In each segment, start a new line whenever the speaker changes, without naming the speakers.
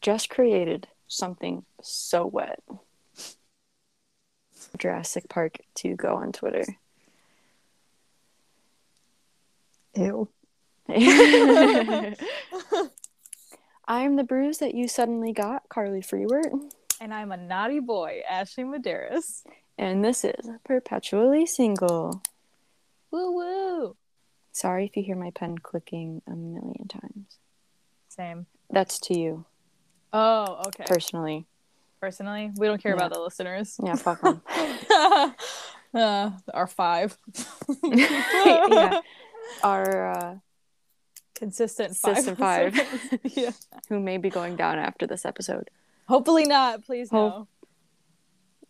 just created something so wet. Jurassic Park to go on Twitter.
Ew.
I'm the bruise that you suddenly got, Carly Freewert,
And I'm a naughty boy, Ashley Medeiros.
and this is Perpetually Single.
Woo woo.
Sorry if you hear my pen clicking a million times.
Same.
That's to you
Oh, okay.
personally.
Personally, we don't care about the listeners.
Yeah, fuck 'em.
uh, our five.
Yeah. Our uh,
Consistent five.
Consistent five.
listeners. yeah.
who may be going down after this episode.
Hopefully not. Please
Hope-
no.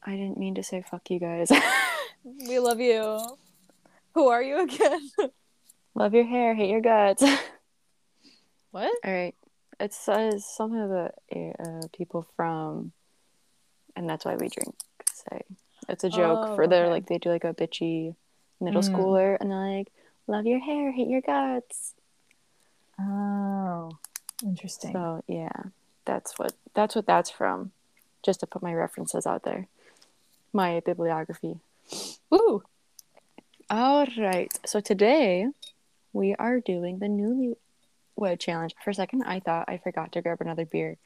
I didn't mean to say fuck you guys.
We love you. Who are you again?
Love your hair, hate your guts. All
What?
right. It says some of the uh, people from, and that's why we drink. Say it's a joke
Oh,
for their
okay.
like they do like a bitchy middle
Mm.
schooler, and they're like, "Love your hair, hate your guts."
Oh, interesting.
So yeah, that's what that's what that's from. Just to put my references out there, my bibliography.
Woo.
All right. So today we are doing the newlywed challenge. For a second, I thought I forgot to grab another beer.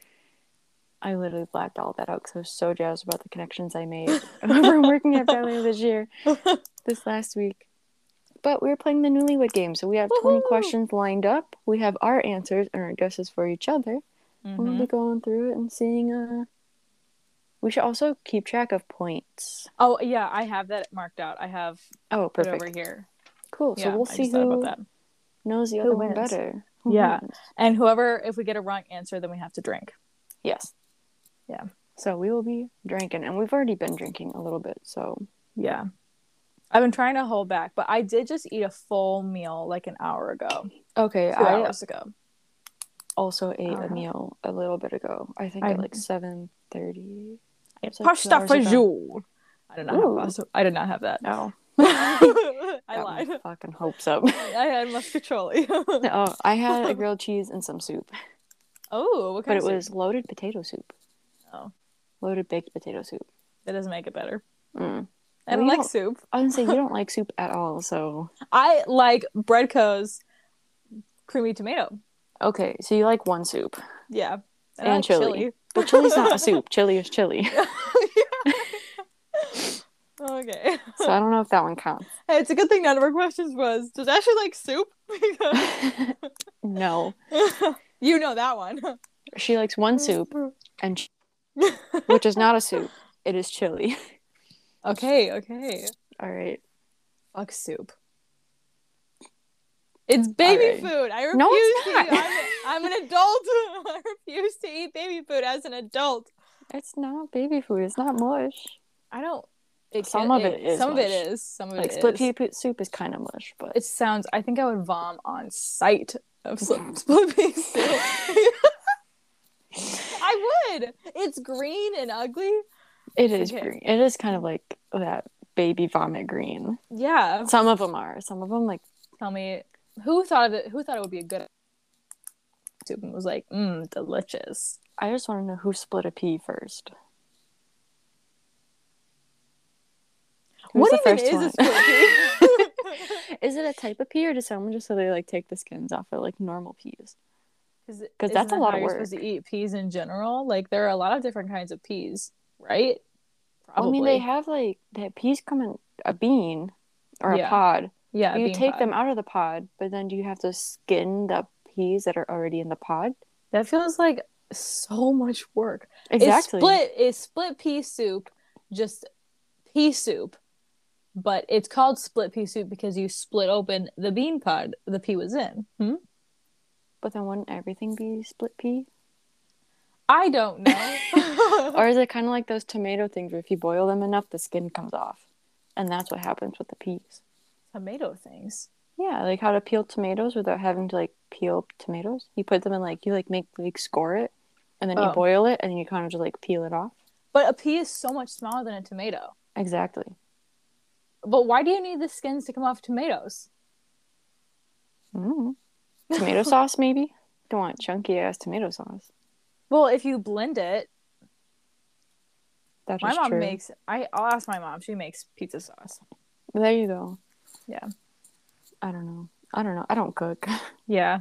I literally blacked all that out because I was so jazzed about the connections I made from working at Family this year, this last week. But we're playing the newlywed game. So we have 20
Woohoo!
questions lined up. We have our answers and our guesses for each other. We'll
Mhm.
be going through it and seeing. Uh... We should also keep track of points.
Oh yeah, I have that marked out. I have
Oh,
it
perfect.
over here.
Cool. So
yeah,
we'll
I
see
just thought
who.
about that.
knows the
Who
other one
wins?
better.
Yeah.
wins?
And whoever, if we get a wrong answer, then we have to drink.
Yes.
Yeah.
So we will be drinking, and we've already been drinking a little bit. So
Yeah. I've been trying to hold back, but I did just eat a full meal like an hour ago,
okay,
two
I
hours ago.
also ate a
Uh-huh.
meal a little bit ago. I think
I-
at like seven thirty. It's like two
Pasta
hours ago.
fajoule. I did not
Ooh.
have pasta. I did not have that.
No,
I
got my
Oh, lied.
Fucking hopes up.
I had muscatoli.
oh, I had a grilled cheese and some soup,
oh, what
but
kind
it
of soup?
was loaded potato soup.
Oh.
Loaded baked potato soup.
That doesn't make it better.
Mm.
I
We
don't like
don't-
soup.
I didn't say you don't like soup at all. So
I like Breadco's creamy tomato.
okay, so you like one soup,
Yeah.
And
like
chili. but chili's not a soup. Chili is chili.
Okay.
So I don't know if that one counts.
Hey, it's a good thing none of our questions was, does Ashley like soup? Because
no,
you know that one.
she likes one soup, and ch- which is not a soup. It is chili.
Okay, okay.
All right.
Fuck soup. It's baby
Alright.
food. I refuse
No, it's
to.
not.
Eat. I'm, I'm an adult. I refuse to eat baby food as an adult.
It's not baby food. It's not mush.
I don't. It
Some of
can-
it is
Some of
mush.
it is. Some of
Like
it
split
is.
pea po- soup is kind of mush, but
It sounds. I think I would vom on sight of sli- split pea soup. I would. It's green and ugly.
it is
okay.
green. It is kind of like that baby vomit green.
Yeah.
Some of them are. Some of them like
Tell me, who thought of it? Who thought it would be a good soup and was like, mmm, delicious.
I just want to know who split a pea first. Who's
what
the
even
first
is
one?
a split pea?
Is it a type of pea, or does someone just so they like take the skins off of like normal peas?
Because
that's a lot of
You're supposed to eat peas in general. Like there are a lot of different kinds of peas, right? Probably.
I mean, they have like they have peas come in a bean or a
Yeah.
pod.
yeah.
you
bean
take
pod.
them out of the pod, but then do you have to skin the peas that are already in the pod?
That feels like so much work.
Exactly.
It's split is split pea soup, just pea soup, but it's called split pea soup because you split open the bean pod the pea was in. Hmm?
But then wouldn't everything be split pea?
I don't know.
Or is it kind of like those tomato things where if you boil them enough, the skin comes off, and that's what happens with the peas.
Tomato things.
Yeah, like how to peel tomatoes without having to like peel tomatoes. You put them in like you like make like score it, and then you
Oh.
boil it, and then you kind of just like peel it off.
But a pea is so much smaller than a tomato.
Exactly.
But why do you need the skins to come off tomatoes?
Mm-hmm. Mm. Tomato sauce, maybe? Don't want chunky ass tomato sauce.
Well, if you blend it,
That
my
is
mom
true.
makes. I I'll ask my mom. She makes pizza sauce.
There you go.
Yeah.
I don't know. I don't know. I don't cook.
Yeah,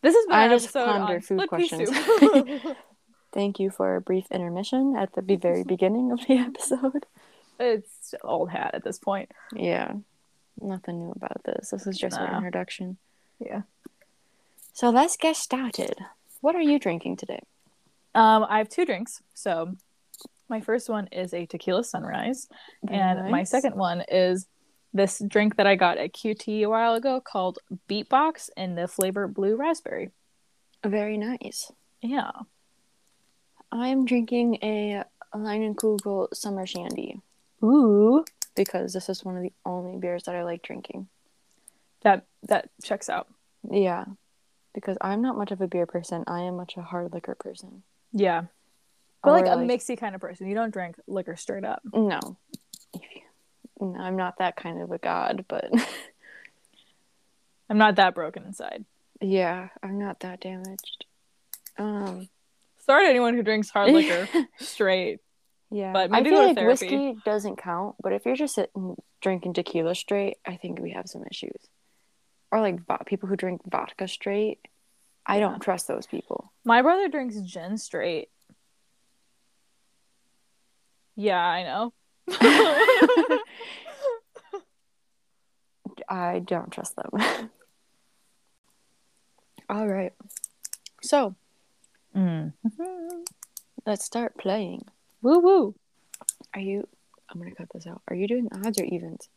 this has been
I
an
just
episode
ponder
on
food
split pea
questions.
soup.
Thank you for a brief intermission at the be- very beginning of the episode.
it's old hat at this point.
Yeah. Nothing new about this. This is just our
No.
introduction.
Yeah.
So let's get started. What are you drinking today?
Um, I have two drinks. So my first one is a tequila sunrise, and my
Nice.
second one is this drink that I got at QT a while ago called Beatbox in the flavor blue raspberry.
Very nice.
Yeah.
I am drinking a Leinenkugel Summer Shandy
Ooh.
because this is one of the only beers that I like drinking.
That that checks out.
Yeah. Because I'm not much of a beer person. I am much a hard liquor person.
Yeah. But like
Or,
a mixy kind of person. You don't drink liquor straight up.
No. If you- no, I'm not that kind of a god, but
I'm not that broken inside.
yeah, I'm not that damaged. Um,
Sorry to anyone who drinks hard liquor straight.
yeah,
But
I
maybe
feel
go to
like
therapy.
whiskey doesn't count, but if you're just sitting drinking tequila straight, I think we have some issues. Or like vo- people who drink vodka straight, I
Yeah.
don't trust those people.
My brother drinks gin straight. Yeah, I know.
I don't trust them. All right, so let's start playing.
Mm-hmm. Woo woo.
Are you? I'm gonna cut this out. Are you doing odds or evens?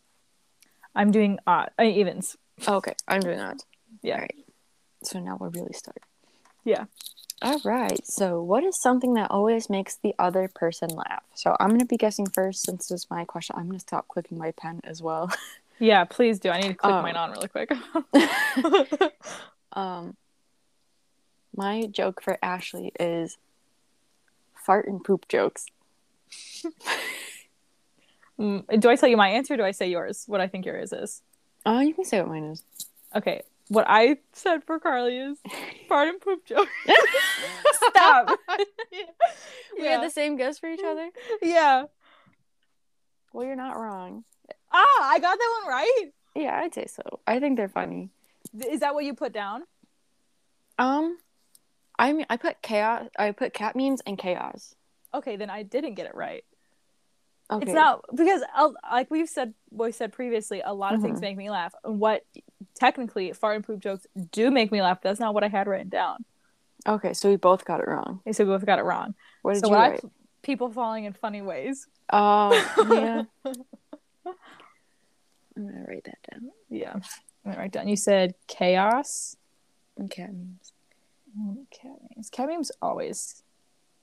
Oh,
I'm doing odd uh, evens.
Okay, I'm doing odds.
Yeah.
Alright. So now we're really starting.
Yeah.
All right. So, what is something that always makes the other person laugh? So, I'm going to be guessing first since this is my question. I'm going to stop clicking my pen as well.
Yeah, please do. I need to click
Oh.
mine on really quick.
Um, my joke for Ashley is fart and poop jokes.
Mm, do I tell you my answer or do I say yours? What I think yours is.
Oh, you can say what mine is.
Okay. What I said for Carly is fart and poop joke. Stop.
We
yeah. Mm.
had the same guess for each other.
yeah.
Well, you're not wrong.
Ah, I got that one right.
Yeah, I'd say so. I think they're funny.
Th- Is that what you put down?
Um, I mean, I put chaos. I put cat memes and chaos.
Okay, then I didn't get it right.
Okay.
It's not because uh, like we've said we said previously, a lot of things
Mhm.
make me laugh. And what technically fart and poop jokes do make me laugh, but that's not what I had written down.
Okay, so we both got it wrong.
Okay, So we both got it wrong.
What did
So
you
what I-
write?
People falling in funny ways.
Oh, yeah. I'm gonna write that down.
Yeah. All right, down. You said chaos.
Okay.
Mm, Cat memes. Cat memes always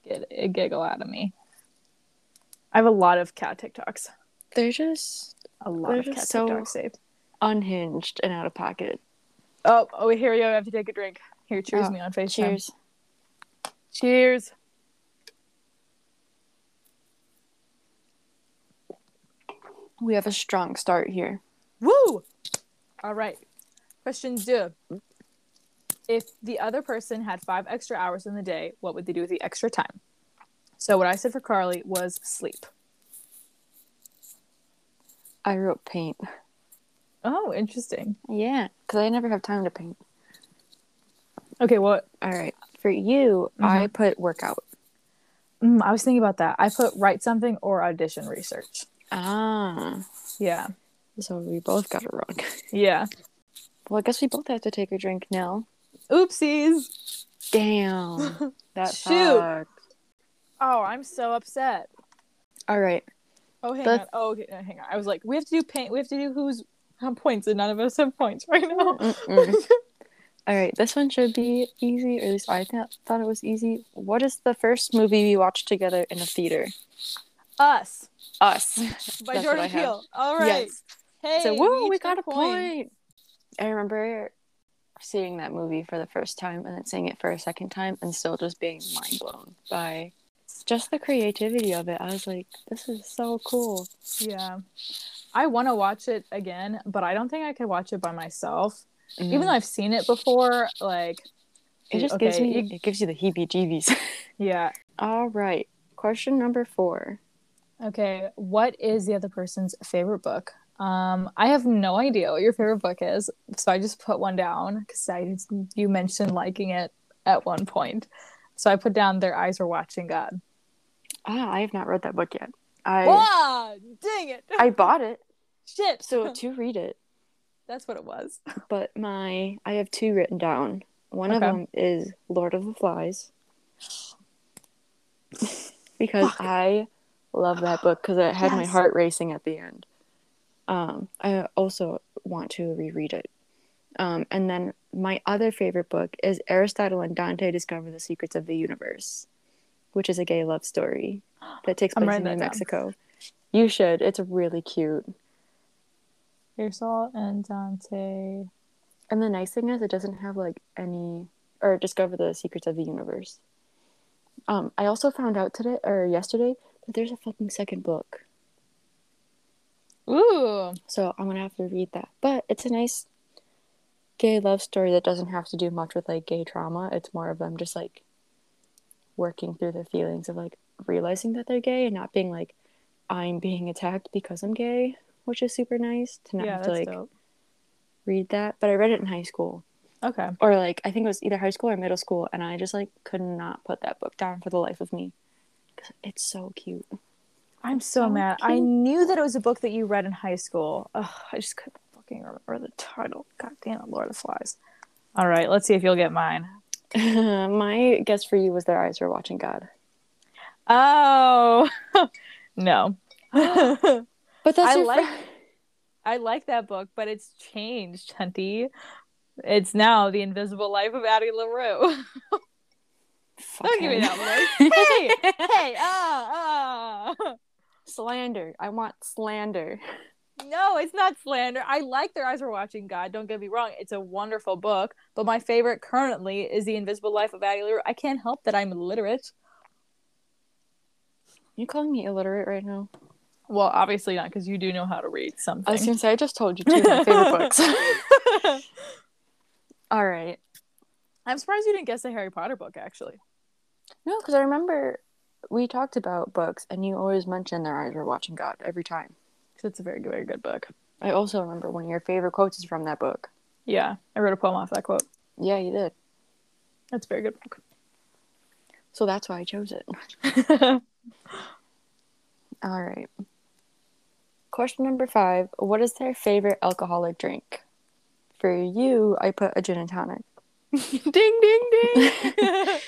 get a giggle out of me. I have a lot of cat TikToks.
They're just
A lot
They're
of cat
just so-
TikToks saved.
unhinged and out of pocket.
Oh, oh, here you go. I have to take a drink. Here, cheers
Oh,
me on FaceTime.
Cheers.
Cheers.
We have a strong start here.
Woo! All right. Question two. If the other person had five extra hours in the day, what would they do with the extra time? So, what I said for Carly was sleep.
I wrote paint.
Oh, interesting.
Yeah, because I never have time to paint.
Okay, well,
All right. For you, I put workout.
mm, I was thinking about that. I put write something or audition research.
Ah.
Yeah.
So we both got it wrong.
Yeah.
Well, I guess we both have to take a drink now.
Oopsies.
Damn. That
Shoot.
sucked.
Oh, I'm so upset.
All right.
Oh, hang
That's-
on. Oh, okay. No, hang on. I was like, we have to do paint. We have to do who's on points, and none of us have points right now.
Mm-mm. All right, this one should be easy, or at least I th- thought it was easy. What is the first movie we watched together in a theater?
Us
Us.
by
That's what I
Jordan
have.
Peele. All right.
Yes.
Hey,
so, whoa,
each
we, got a point.
coin.
I remember seeing that movie for the first time and then seeing it for a second time and still just being mind blown by just the creativity of it. I was like, this is so cool.
Yeah. I want to watch it again, but I don't think I could watch it by myself.
Mm.
Even though I've seen it before, like
it just gives
okay,
me
you-
it gives you the heebie jeebies.
Yeah.
All right. Question number four.
Okay. What is the other person's favorite book? Um, I have no idea what your favorite book is, so I just put one down because I you mentioned liking it at one point, so I put down "Their Eyes Were Watching God."
Ah, I have not read that book yet. I
Whoa! Dang it!
I bought it
Shit!
so to read it,
that's what it was.
but my I have two written down. One of
Okay.
them is Lord of the Flies because
Fuck.
I love that book because it had my
Yes.
heart racing at the end. Um, I also want to reread it. Um, and then my other favorite book is Aristotle and Dante Discover the Secrets of the Universe, which is a gay love story that takes
I'm
place in
writing
New
that down.
Mexico. You should. It's really cute.
Hersal and Dante.
And the nice thing is, it doesn't have like any or discover the secrets of the universe. Um, I also found out today or yesterday that there's a fucking second book,
Ooh,
so I'm gonna have to read that. But it's a nice gay love story that doesn't have to do much with like gay trauma. It's more of them just like working through their feelings of like realizing that they're gay and not being like I'm being attacked because I'm gay, which is super nice to not
yeah,
have to
that's
like
dope.
read that. But I read it in high school,
Okay,
or like I think it was either high school or middle school, and I just like could not put that book down for the life of me. 'Cause It's so cute.
I'm so,
So
mad. I
cute.
knew that it was a book that you read in high school. Ugh, I just couldn't fucking remember the title. God damn it, Lord of the Flies. All right, let's see if you'll get mine.
My guess for you was their eyes were watching God,
Oh no.
but that's
I
your
like-
fri-
I like that book, but it's changed, Hunty. It's now The Invisible Life of Addie LaRue. Don't give
Fuckhead.
me that one. hey, hey, ah, ah.
slander. I want slander.
No, it's not slander. I like Their Eyes Were Watching God. Don't get me wrong. It's a wonderful book, but my favorite currently is The Invisible Life of Addie LaRue. I can't help that I'm illiterate.
You calling me illiterate right now?
Well, obviously not, because you do know how to read something.
I was gonna say I just told you two of my favorite books. All right.
I'm surprised you didn't guess the Harry Potter book, actually.
No, because I remember we talked about books, and you always mentioned their eyes were watching God every time.
'Cause it's a very, very good book.
I also remember one of your favorite quotes is from that book.
Yeah, I wrote a poem off that quote.
Yeah, you did.
That's a very good book.
So that's why I chose it. All right. Question number five What is their favorite alcoholic drink? For you, I put a gin and tonic.
ding, ding, ding.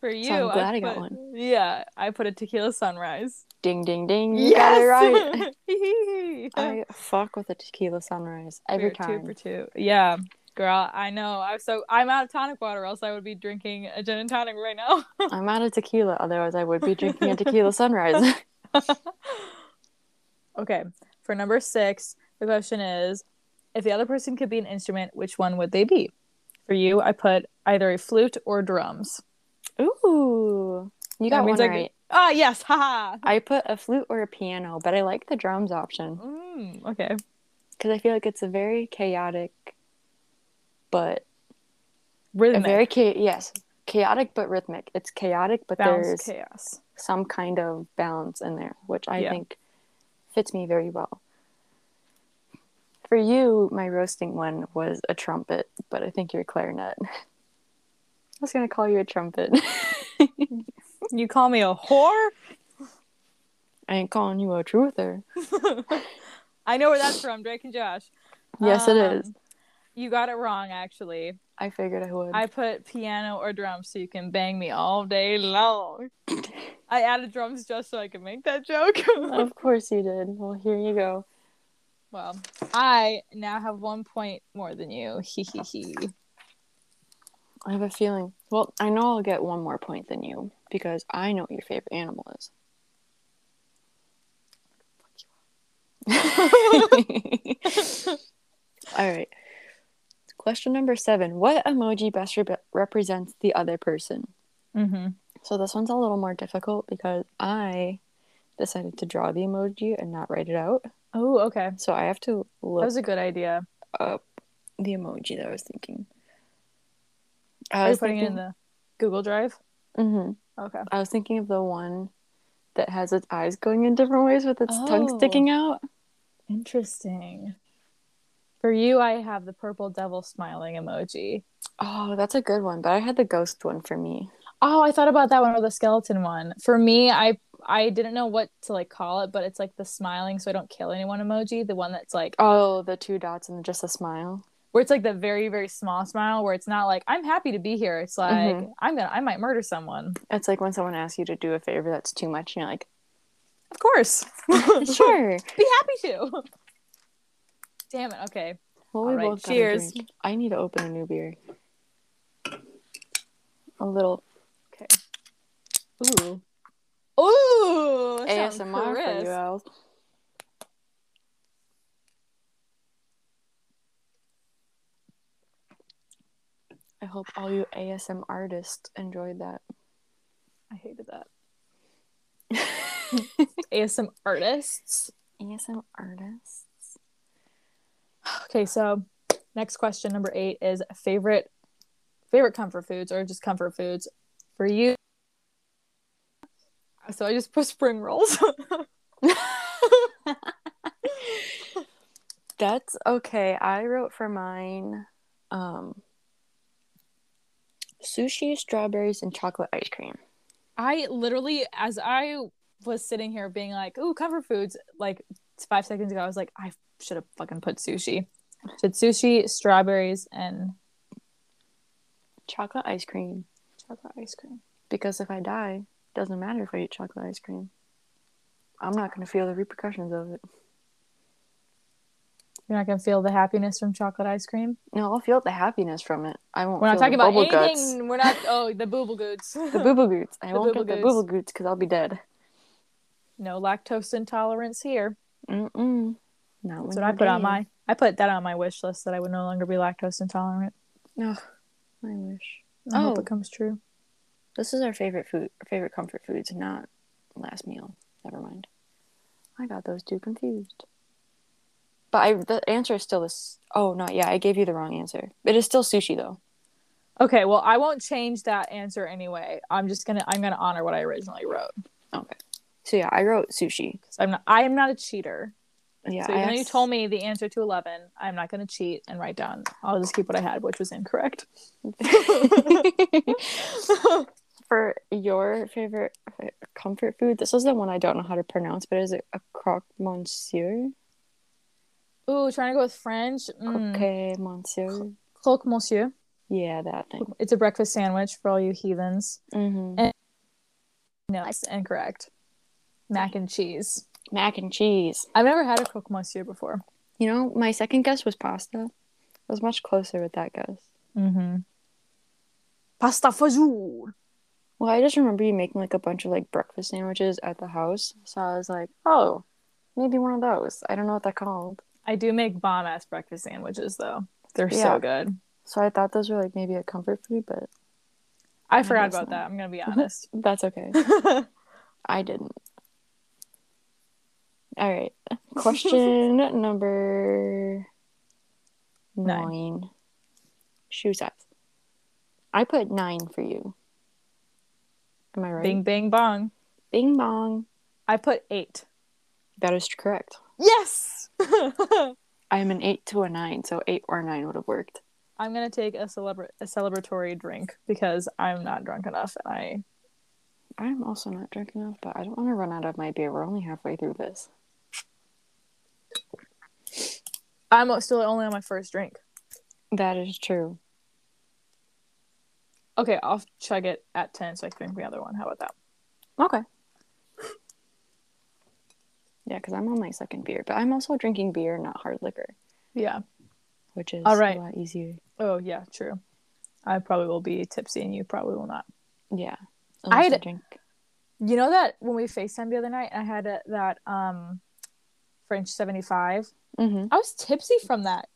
For you,
So I'm glad I got
put-
one.
Yeah, I put a tequila sunrise.
Ding, ding, ding. You got it right.
right.
I fuck with a tequila sunrise every
Two
time.
for two. Yeah, girl, I know. I'm so I'm out of tonic water, or else I would be drinking a gin and tonic right now.
I'm out of tequila, otherwise, I would be drinking a tequila sunrise.
okay, for number six, the question is: If the other person could be an instrument, which one would they be? For you, I put either a flute or drums.
Ooh. You
That
got one
means I could-
right.
Ah, yes, haha.
I put a flute or a piano, but I like the drums option
Mm, okay.
because I feel like it's a very chaotic, but a
Rhythmic.
very cha- yes, chaotic but rhythmic. It's chaotic, but
Bounce
there's
chaos.
some kind of balance in there, which I
Yeah.
think fits me very well. For you, my roasting one was a trumpet, but I think you're a clarinet. I was gonna call you a trumpet.
You call me a whore?
I ain't calling you a truther.
I know where that's from, Drake and Josh.
Yes, it
Um,
is.
You got it wrong, actually.
I figured I would.
I put piano or drums so you can bang me all day long. I added drums just so I could make that joke.
Of course you did. Well, here you go.
well, I now have one point more than you. Hee hee hee.
I have a feeling. Well, I know I'll get one more point than you because I know what your favorite animal is. All right. Question number seven What emoji best re- represents the other person?
Mm-hmm.
So this one's a little more difficult because I decided to draw the emoji and not write it out.
Oh, okay. That
So I have to look
was a good idea.
up the emoji that I was thinking. I
Are you
was
putting it in
thinking,
the Google Drive?
Mhm.
Okay.
I was thinking of the one that has its eyes going in different ways with its tongue
Oh.
sticking out.
Interesting. For you, I have the purple devil smiling emoji.
Oh, that's a good one. But I had the ghost one for me.
Oh, I thought about that one or the skeleton one. For me, I I didn't know what to like call it, but it's like the smiling so I don't kill anyone emoji, the one that's like
Oh, the two dots and just a smile.
where it's like the very very small smile where it's not like I'm happy to be here. It's like I'm going to I might murder someone.
It's like when someone asks you to do a favor that's too much, and you're like,
Of course.
sure.
be happy to. Damn it. Okay.
Well,
All
we
right,
both got a
cheers.
drink. I need to open a new beer. A little
Okay. Ooh. Ooh. that sounds
ASMR for
crisp.
you, Al. I hope all you ASM artists enjoyed that.
I hated that. ASM artists.
ASM artists.
Okay, so next question number eight is favorite favorite comfort foods or just comfort foods for you. So I just put spring rolls.
That's okay. I wrote for mine um, sushi, strawberries, and chocolate ice cream.
I literally, as I was sitting here being like, "Ooh, comfort foods," like five seconds ago, I was like, "I should have fucking put sushi." Did sushi, strawberries, and
Chocolate ice cream.
chocolate ice cream.
Because if I die, doesn't matter if I eat chocolate ice cream. I'm not going to feel the repercussions of it.
You're not gonna feel the happiness from chocolate ice cream.
No, I'll feel the happiness from it. I won't.
We're not
feel
talking
the
about
bubble
anything.
Guts,
We're not. Oh, the booble goods.
the booble goots. I
The
won't get
booble
the
goots.
booble goots because I'll be dead.
no lactose intolerance here.
Mm-mm. Not when
That's what I
you're
put on
dead.
my. I put that on my wish list that I would no longer be lactose intolerant.
Ugh, I wish.
I hope
Oh.
it comes true.
This is our favorite food, favorite comfort foods, not last meal. Never mind. I got those two confused. But I, the answer is still this. Oh, not yeah. I gave you the wrong answer. It is still sushi though.
Okay, well, I won't change that answer anyway. I'm just gonna. I'm gonna honor what I originally wrote.
Okay. So yeah, I wrote sushi.
So I'm not. I am not a cheater.
Yeah.
so
I
even though you
asked-
told me the answer to eleven, I'm not going to cheat and write down. I'll just keep what I had, which was incorrect.
for your favorite uh, comfort food, this is the one I don't know how to pronounce, but is it a croque monsieur?
Ooh, trying to go with French. Mm.
Okay, monsieur.
Croque Monsieur.
Yeah, that thing.
It's a breakfast sandwich for all you heathens.
hmm
No, it's incorrect. Mac and cheese.
Mac and cheese.
I've never had a croque monsieur before.
You know, my second guess was pasta. I was much closer with that guess.
Mm-hmm. Pasta fagioli.
Well, I just remember you making like a bunch of like breakfast sandwiches at the house, so I was like, oh, maybe one of those. I don't know what they're called.
I do make bomb ass breakfast sandwiches though. They're
Yeah.
so good.
So I thought those were like maybe a comfort food, but
I forgot
guess
about
not.
that. I'm gonna be honest.
that's okay. I didn't. All right. Question number nine.
Nine.
Shoe size. I put nine for you. Am I right?
Bing bang bong.
Bing bong.
I put eight.
That is correct.
Yes.
I am an eight to a nine, so eight or nine would have worked.
I'm gonna take a celebra- a celebratory drink because I'm not drunk enough and I
I'm also not drunk enough, but I don't want to run out of my beer. We're only halfway through this.
I'm still only on my first drink.
That is true.
Okay, I'll chug it at ten so I can drink the other one. How about that?
Okay. Yeah, because I'm on my second beer, but I'm also drinking beer, not hard liquor.
Yeah.
which is
All right.
a lot easier.
Oh yeah, true. I probably will be tipsy and you probably will not.
Yeah. Unless
I
you
had-
drink.
You know that when we FaceTime the other night, I had a, that um French 75.
hmm
I was tipsy from that.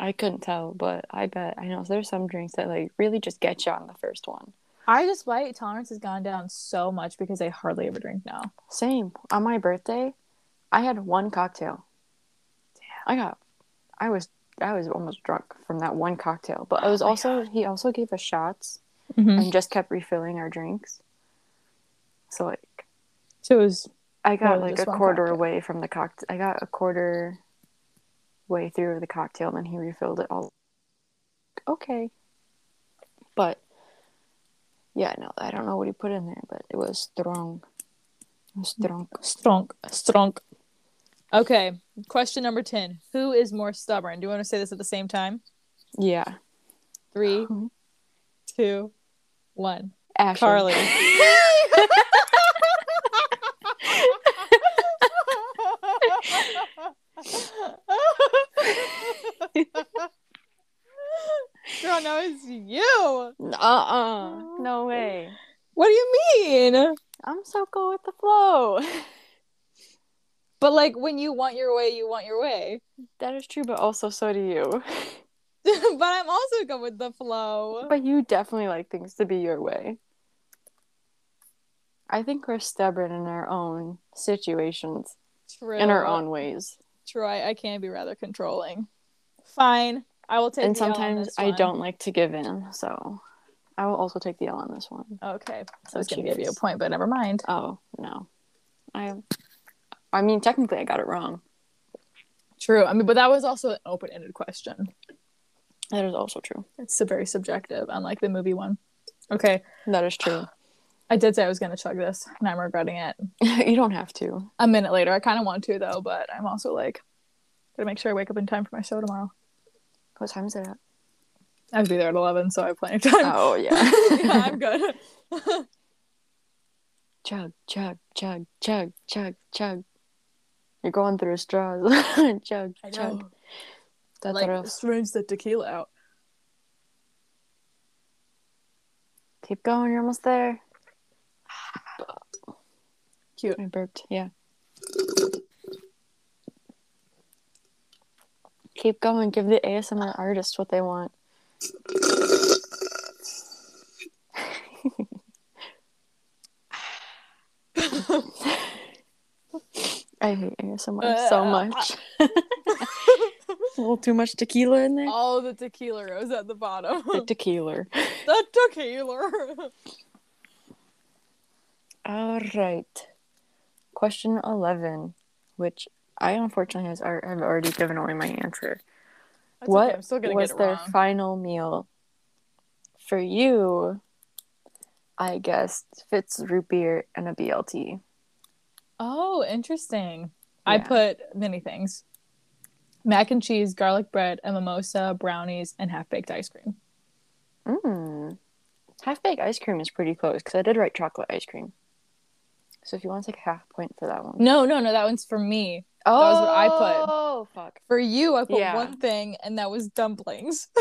I couldn't tell, but I bet I know there's some drinks that like really just get you on the first one.
I just my tolerance has gone down so much because I hardly ever drink now.
Same. On my birthday, I had one cocktail. I got I was I was almost drunk from that one cocktail. But I was also he also gave us shots and just kept refilling our drinks. So like
So it was
I
More
got
than
like a
just one
quarter
cocktail.
away from the cocktail. I got a quarter way through the cocktail, and he refilled it all. Okay, but yeah, no, I don't know what he put in there, but it was strong. It was strong.
strong, strong. Okay, question number 10. Who is more stubborn? Do you want to say this at the same time?
Yeah,
Three, two, one.
Ashley.
Carly. Girl, now it's you.
Uh uh No way.
What do you mean?
I'm so cool with the flow.
But like when you want your way, you want your way.
That is true, but also so do you.
but I'm also going with the flow.
But you definitely like things to be your way. I think we're stubborn in our own situations,
True.
in our own ways.
Troy, I can be rather controlling. Fine. I will take
and
the L on
sometimes
this
I
one.
don't like to give in, so I will also take the L on this one.
Okay.
So
I was going to give you a
cheers.
point, but never mind.
Oh, no. I I mean, technically I got it wrong.
True. I mean, but that was also an open ended question.
That is also true.
It's so very subjective, unlike the movie one. Okay.
That is true.
I did say I was going to chug this, and I'm regretting it.
you don't have to.
A minute later, I kind of want to, though, but I'm also like, got to make sure I wake up in time for my show tomorrow.
What time is it at?
I have to be there at 11, so I have plenty of time.
Oh, yeah.
yeah, I'm good.
chug, chug, chug, chug, chug, chug. You're going through straws. chug,
I
chug.
know.
That's
like,
what I'll-
syringe the tequila out.
Keep going. You're almost there.
Cute.
I burped. Yeah. Keep going. Give the ASMR artist what they want. I hate ASMR so
Uh,
much. a little too much tequila in there.
All the tequila rose at the bottom.
The tequila.
the tequila.
All right. Question 11, which I unfortunately has, al- have already given away my answer.
That's
what
okay, I'm still gonna
was
get it
their
wrong.
final meal? For you, I guessed Fitz root beer and a BLT.
oh, interesting. I
Yeah.
put many things: mac and cheese, garlic bread, a mimosa, brownies, and half baked ice cream.
Mm. Half baked ice cream is pretty close because I did write chocolate ice cream. So if you want to take a half point for that one.
No, no, no. That one's for me.
Oh,
was what I put.
Oh, fuck.
For you, I put
Yeah.
one thing, and that was dumplings.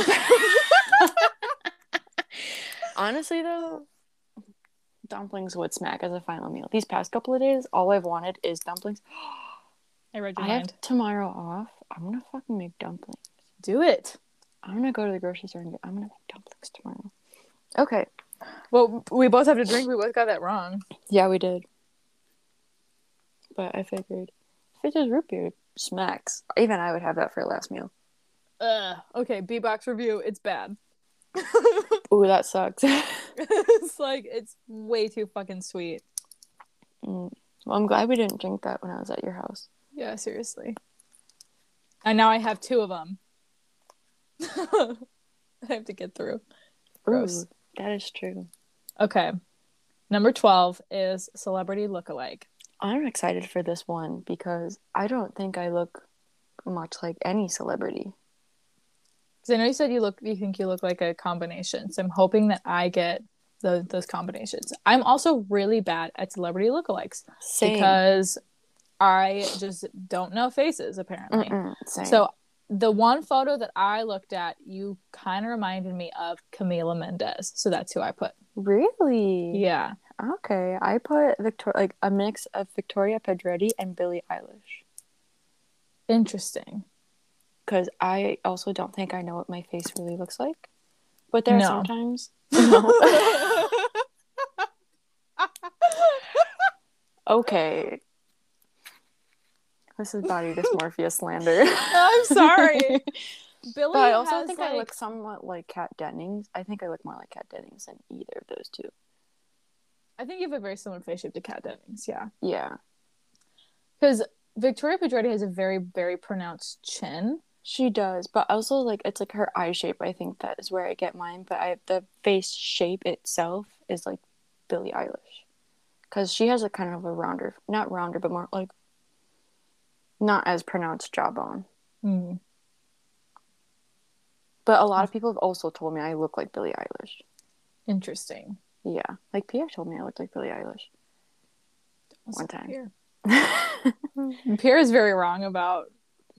Honestly, though, dumplings would smack as a final meal. These past couple of days, all I've wanted is dumplings.
I read your
I
mind.
have tomorrow off. I'm gonna fucking make dumplings.
Do it.
I'm gonna go to the grocery store and get. I'm gonna make dumplings tomorrow. Okay.
Well, we both have to drink. We both got that wrong.
Yeah, we did. But I figured if it is root beer smacks, even I would have that for a last meal.
Ugh. Okay, B box review. It's bad.
Ooh, that sucks.
it's like it's way too fucking sweet.
Mm. Well, I'm glad we didn't drink that when I was at your house.
Yeah, seriously. And now I have two of them. I have to get through. Gross.
Ooh, that is true.
Okay. Number 12 is celebrity lookalike.
I'm excited for this one because I don't think I look much like any celebrity.
Because I know you said you look, you think you look like a combination. So I'm hoping that I get the, those combinations. I'm also really bad at celebrity lookalikes
Same.
because I just don't know faces apparently.
Mm-mm, same.
So the one photo that I looked at, you kind of reminded me of Camila Mendez. So that's who I put.
really,
Yeah.
okay. I put Victoria like a mix of Victoria Pedretti and Billie Eilish
Interesting.
because I also don't think I know what my face really looks like. But there are
No.
sometimes. Okay. This is body dysmorphia slander.
I'm sorry. Billy
But I also
has,
think
like,
I look somewhat like Kat Dennings. I think I look more like Kat Dennings than either of those two.
I think you have a very similar face shape to Kat Dennings, yeah.
Yeah.
Because Victoria Pedretti has a very, very pronounced chin.
She does, but also like it's like her eye shape. I think that is where I get mine. But I the face shape itself is like Billie Eilish, because she has a kind of a rounder, not rounder, but more like not as pronounced jawbone. Hmm. But a lot of people have also told me I look like Billie Eilish.
Interesting.
Yeah, like Pierre told me I looked like Billie Eilish. One time.
Pierre. Pierre is very wrong about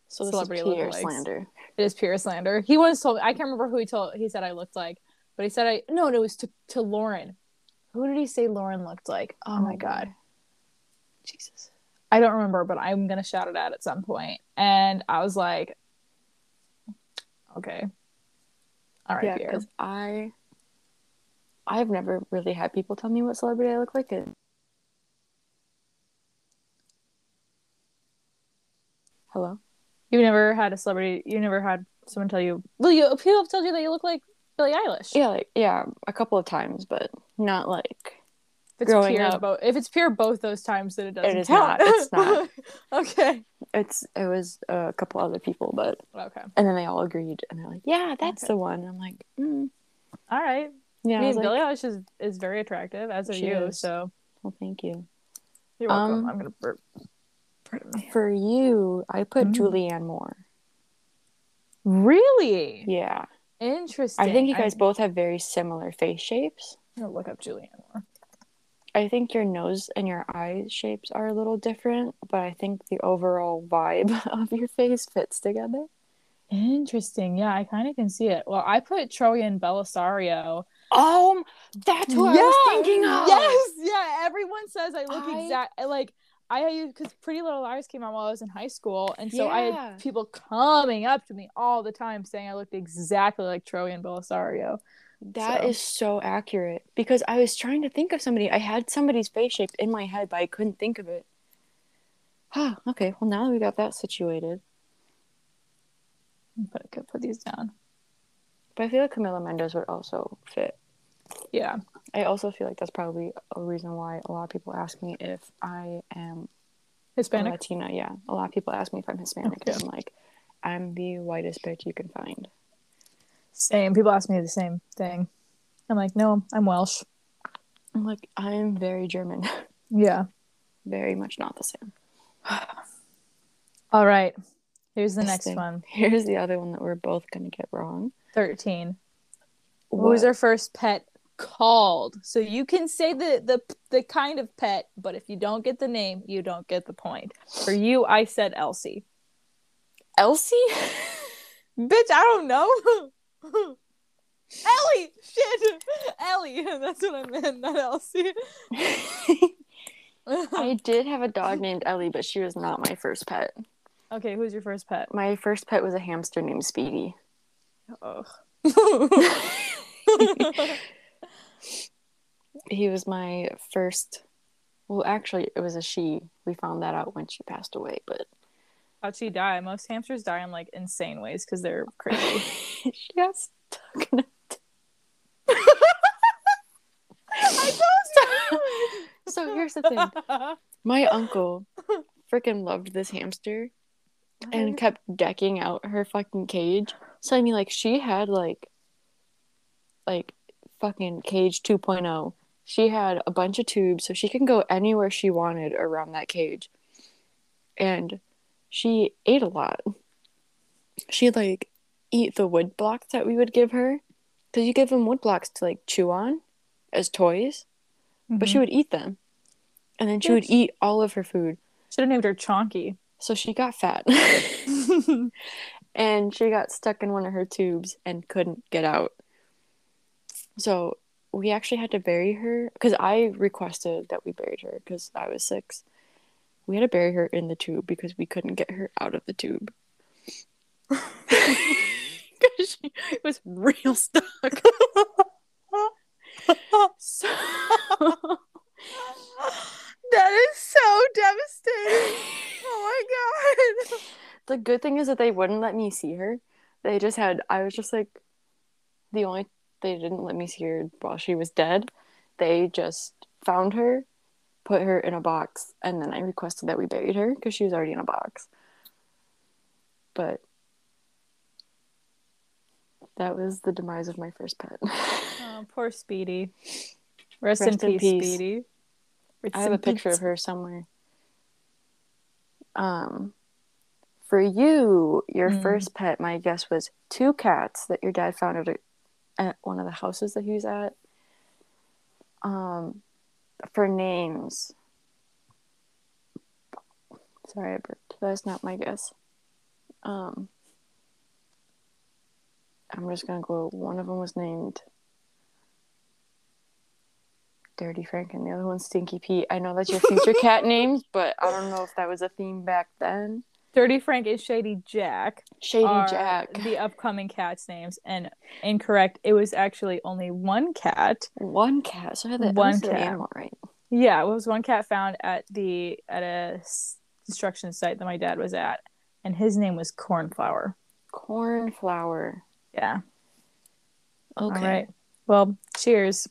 So this
Celebrity
is Pierre
lookalikes.
slander.
it is Pierre slander. He once told me I can't remember who he told he said I looked like, but he said I no, no, it was to to Lauren. Who did he say Lauren looked like? Oh my god.
Jesus.
I don't remember, but I'm gonna shout it out at some point. And I was like, okay, all right,
yeah,
Pierre.
because I, I've never really had people tell me what celebrity I look like. It. Hello.
You never had a celebrity. You never had someone tell you. Well, you people have told you that you look like Billie Eilish.
Yeah, like yeah, a couple of times, but not like
if it's
growing
Pierre,
up-
bo- if it's Pierre both those times, then it doesn't
is not.
count.
It's not.
okay.
it's. It was a couple other people, but
Okay.
and then they all agreed, and they're like, "Yeah, that's
Okay.
the one." And I'm like, mm.
All right.
"Yeah,
I
I
mean,
was like,
Billie Eilish is, is very attractive, as are
She
you.
is.
So
well, thank you."
you're welcome.
Um,
I'm gonna burp. Pardon me.
For you, I put
Mm.
Julianne Moore.
Really
Yeah,
interesting.
I think you guys
I'm
both have very similar face shapes.
gonna look up Julianne Moore.
I think your nose and your eye shapes are a little different, but I think the overall vibe of your face fits together.
Interesting. Yeah, I kind of can see it. Well, I put Troyan Belisario.
Oh, that's
mm, Yes, yeah. Everyone says I look
I-
exact. Like I, because Pretty Little Liars came out while I was in high school, and so I
Yeah.
had people coming up to me all the time saying I looked exactly like Troyan Belisario.
That
So.
is so accurate because I was trying to think of somebody. I had somebody's face shape in my head, but I couldn't think of it. Huh, okay, well, now that we got that situated.
But could put these down.
But I feel like Camila Mendes would also fit.
Yeah.
I also feel like that's probably a reason why a lot of people ask me if I am
Hispanic.
Latina, yeah. A lot of people ask me if I'm Hispanic,
Okay.
and I'm like, I'm the whitest bitch you can find.
Same. People ask me the same thing. I'm like, no, I'm Welsh.
I'm like, I'm very German,
Yeah.
very much not the same.
All right. Here's the
This
next
thing.
one.
Here's the other one that we're both gonna get wrong.
Thirteen. What was
What-
our first pet called? So you can say the the the kind of pet, but if you don't get the name, you don't get the point. For you, I said Elsie.
Elsie?
Bitch, I don't know. Ellie, shit, Ellie. That's what I meant, not Elsie.
I did have a dog named Ellie, but she was not my first pet.
okay, who's your first pet?
My first pet was a hamster named Speedy.
Ugh.
He was my first. Well, actually, it was a she. We found that out when she passed away, but
How'd she die? Most hamsters die in like insane ways because they're crazy.
she got stuck in a
I told
So here's the thing.
you.
My uncle freaking loved this hamster and kept decking out her fucking cage. So I mean like she had like like fucking cage 2.0. She had a bunch of tubes so she can go anywhere she wanted around that cage. And she ate a lot. She'd like eat the wood blocks that we would give her cuz you give them wood blocks to like chew on as toys, but
Mm-hmm.
she would eat them. And then she would
Bitch.
eat all of her food.
should have named her Chonky.
So she got fat. and she got stuck in one of her tubes and couldn't get out. So we actually had to bury her because I requested that we buried her because I was six. We had to bury her in the tube because we couldn't get her out of the tube. Because she was real stuck. so
that is so devastating. Oh my god.
the good thing is that they wouldn't let me see her. They just had. I was just like, the only they didn't let me see her while she was dead. They just found her, put her in a box, and then I requested that we buried her because she was already in a box. But that was the demise of my first pet.
Oh, poor Speedy. Rest,
Rest
in,
in
peace,
peace.
Speedy. Rest
I have
in
a picture
peace.
of her somewhere. Um, for you, your
Mm.
first pet, my guess was two cats that your dad found at, a, at one of the houses that he was at. Um, for names. Sorry, I burped. That's not my guess. Um, I'm just gonna go. One of them was named Dirty Frank and the other one's Stinky Pete. I know that's your future cat names, but I don't know if that was a theme back then.
Dirty Frank and Shady Jack
Shady
are
Jack.
the upcoming cats' names, and incorrect. It was actually only one cat.
One cat. So I had that
One
one cat.
cat.
animal, right?
Yeah, it was one cat found at the at a s- construction site that my dad was at, and his name was Cornflower.
Cornflower.
Yeah.
Okay.
All right. Well, cheers.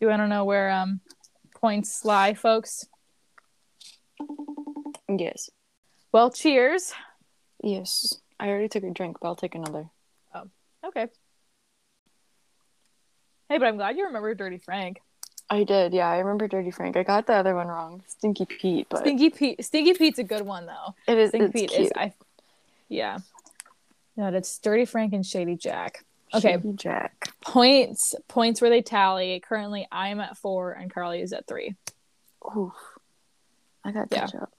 Do I don't know where um points lie, folks?
Yes.
Well, cheers.
Yes. I already took a drink, but I'll take another.
Okay. Hey, but I'm glad you remember Dirty Frank.
I did, yeah. I remember Dirty Frank. I got the other one wrong. Stinky Pete, but
Stinky Pete. Stinky Pete's a good one though.
it is
Stinky
it's
Pete
cute.
is I. Yeah. No, that's Dirty Frank and Shady Jack. Okay.
Shady Jack.
Points. Points where they tally. Currently, I'm at four and Carly is at three.
Oof. I got
Yeah.
catch up.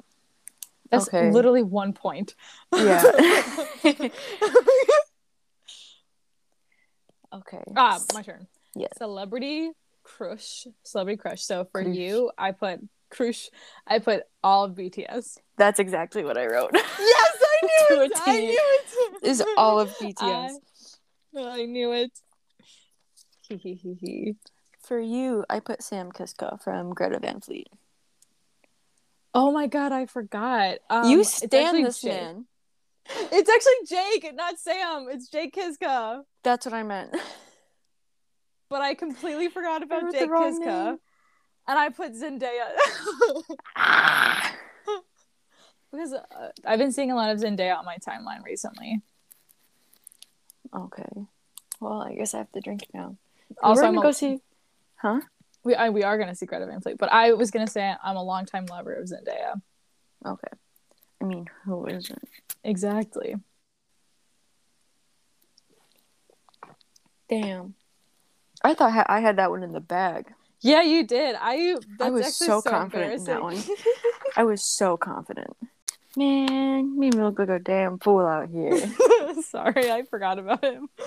That's
Okay.
literally one point.
Yeah. Okay.
Ah, my turn.
Yes.
Celebrity crush. Celebrity crush. So for
Crush.
you, I put crush. I put all of BTS.
That's exactly what I wrote.
Yes, I
knew it! I knew
it.
is all of BTS.
I, I knew it. Hee hee hee hee.
For you, I put Sam Kiska from Greta Van Fleet.
Oh my god, I forgot. Um,
you
it's
stand
actually
this
Jake.
man.
It's actually Jake, not Sam. It's Jake Kiska.
That's what I meant.
But I completely forgot about
wrote the
Jake
wrong
Kiska.
name.
And I put Zendaya. Ah. because uh, I've been seeing a lot of Zendaya on my timeline recently.
Okay. Well, I guess I have to drink now.
Also,
We're
I'm
gonna go
a-
see. Huh?
We, I, we are going to see Greta Van Fleet, but I was going to say I'm a longtime lover of Zendaya.
Okay. I mean, who isn't?
Exactly.
Damn. I thought ha- I had that one in the bag.
Yeah, you did. I that's
I was
actually
so confident in that one.
embarrassing.
I was so confident. Man, made me look like a damn fool out here.
Sorry, I forgot about him.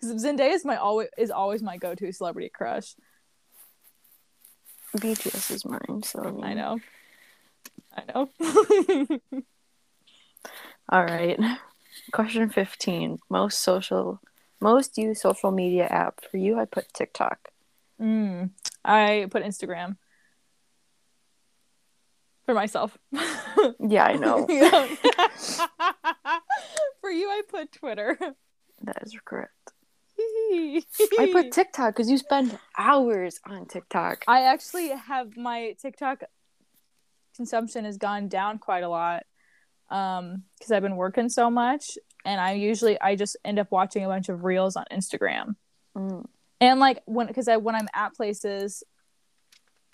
Because Zendaya is my always is always my go to celebrity crush.
BTS is mine, so mean.
I know. I know.
All right. Question 15. Most social most used social media app for you I put TikTok.
Mm, I put Instagram for myself.
Yeah, I know.
for you, I put Twitter.
that is correct. I
I
put TikTok cuz you spend hours on TikTok.
I actually have my TikTok consumption has gone down quite a lot um because I've been working so much and I usually I just end up watching a bunch of reels on Instagram
Mm.
and like when because I when I'm at places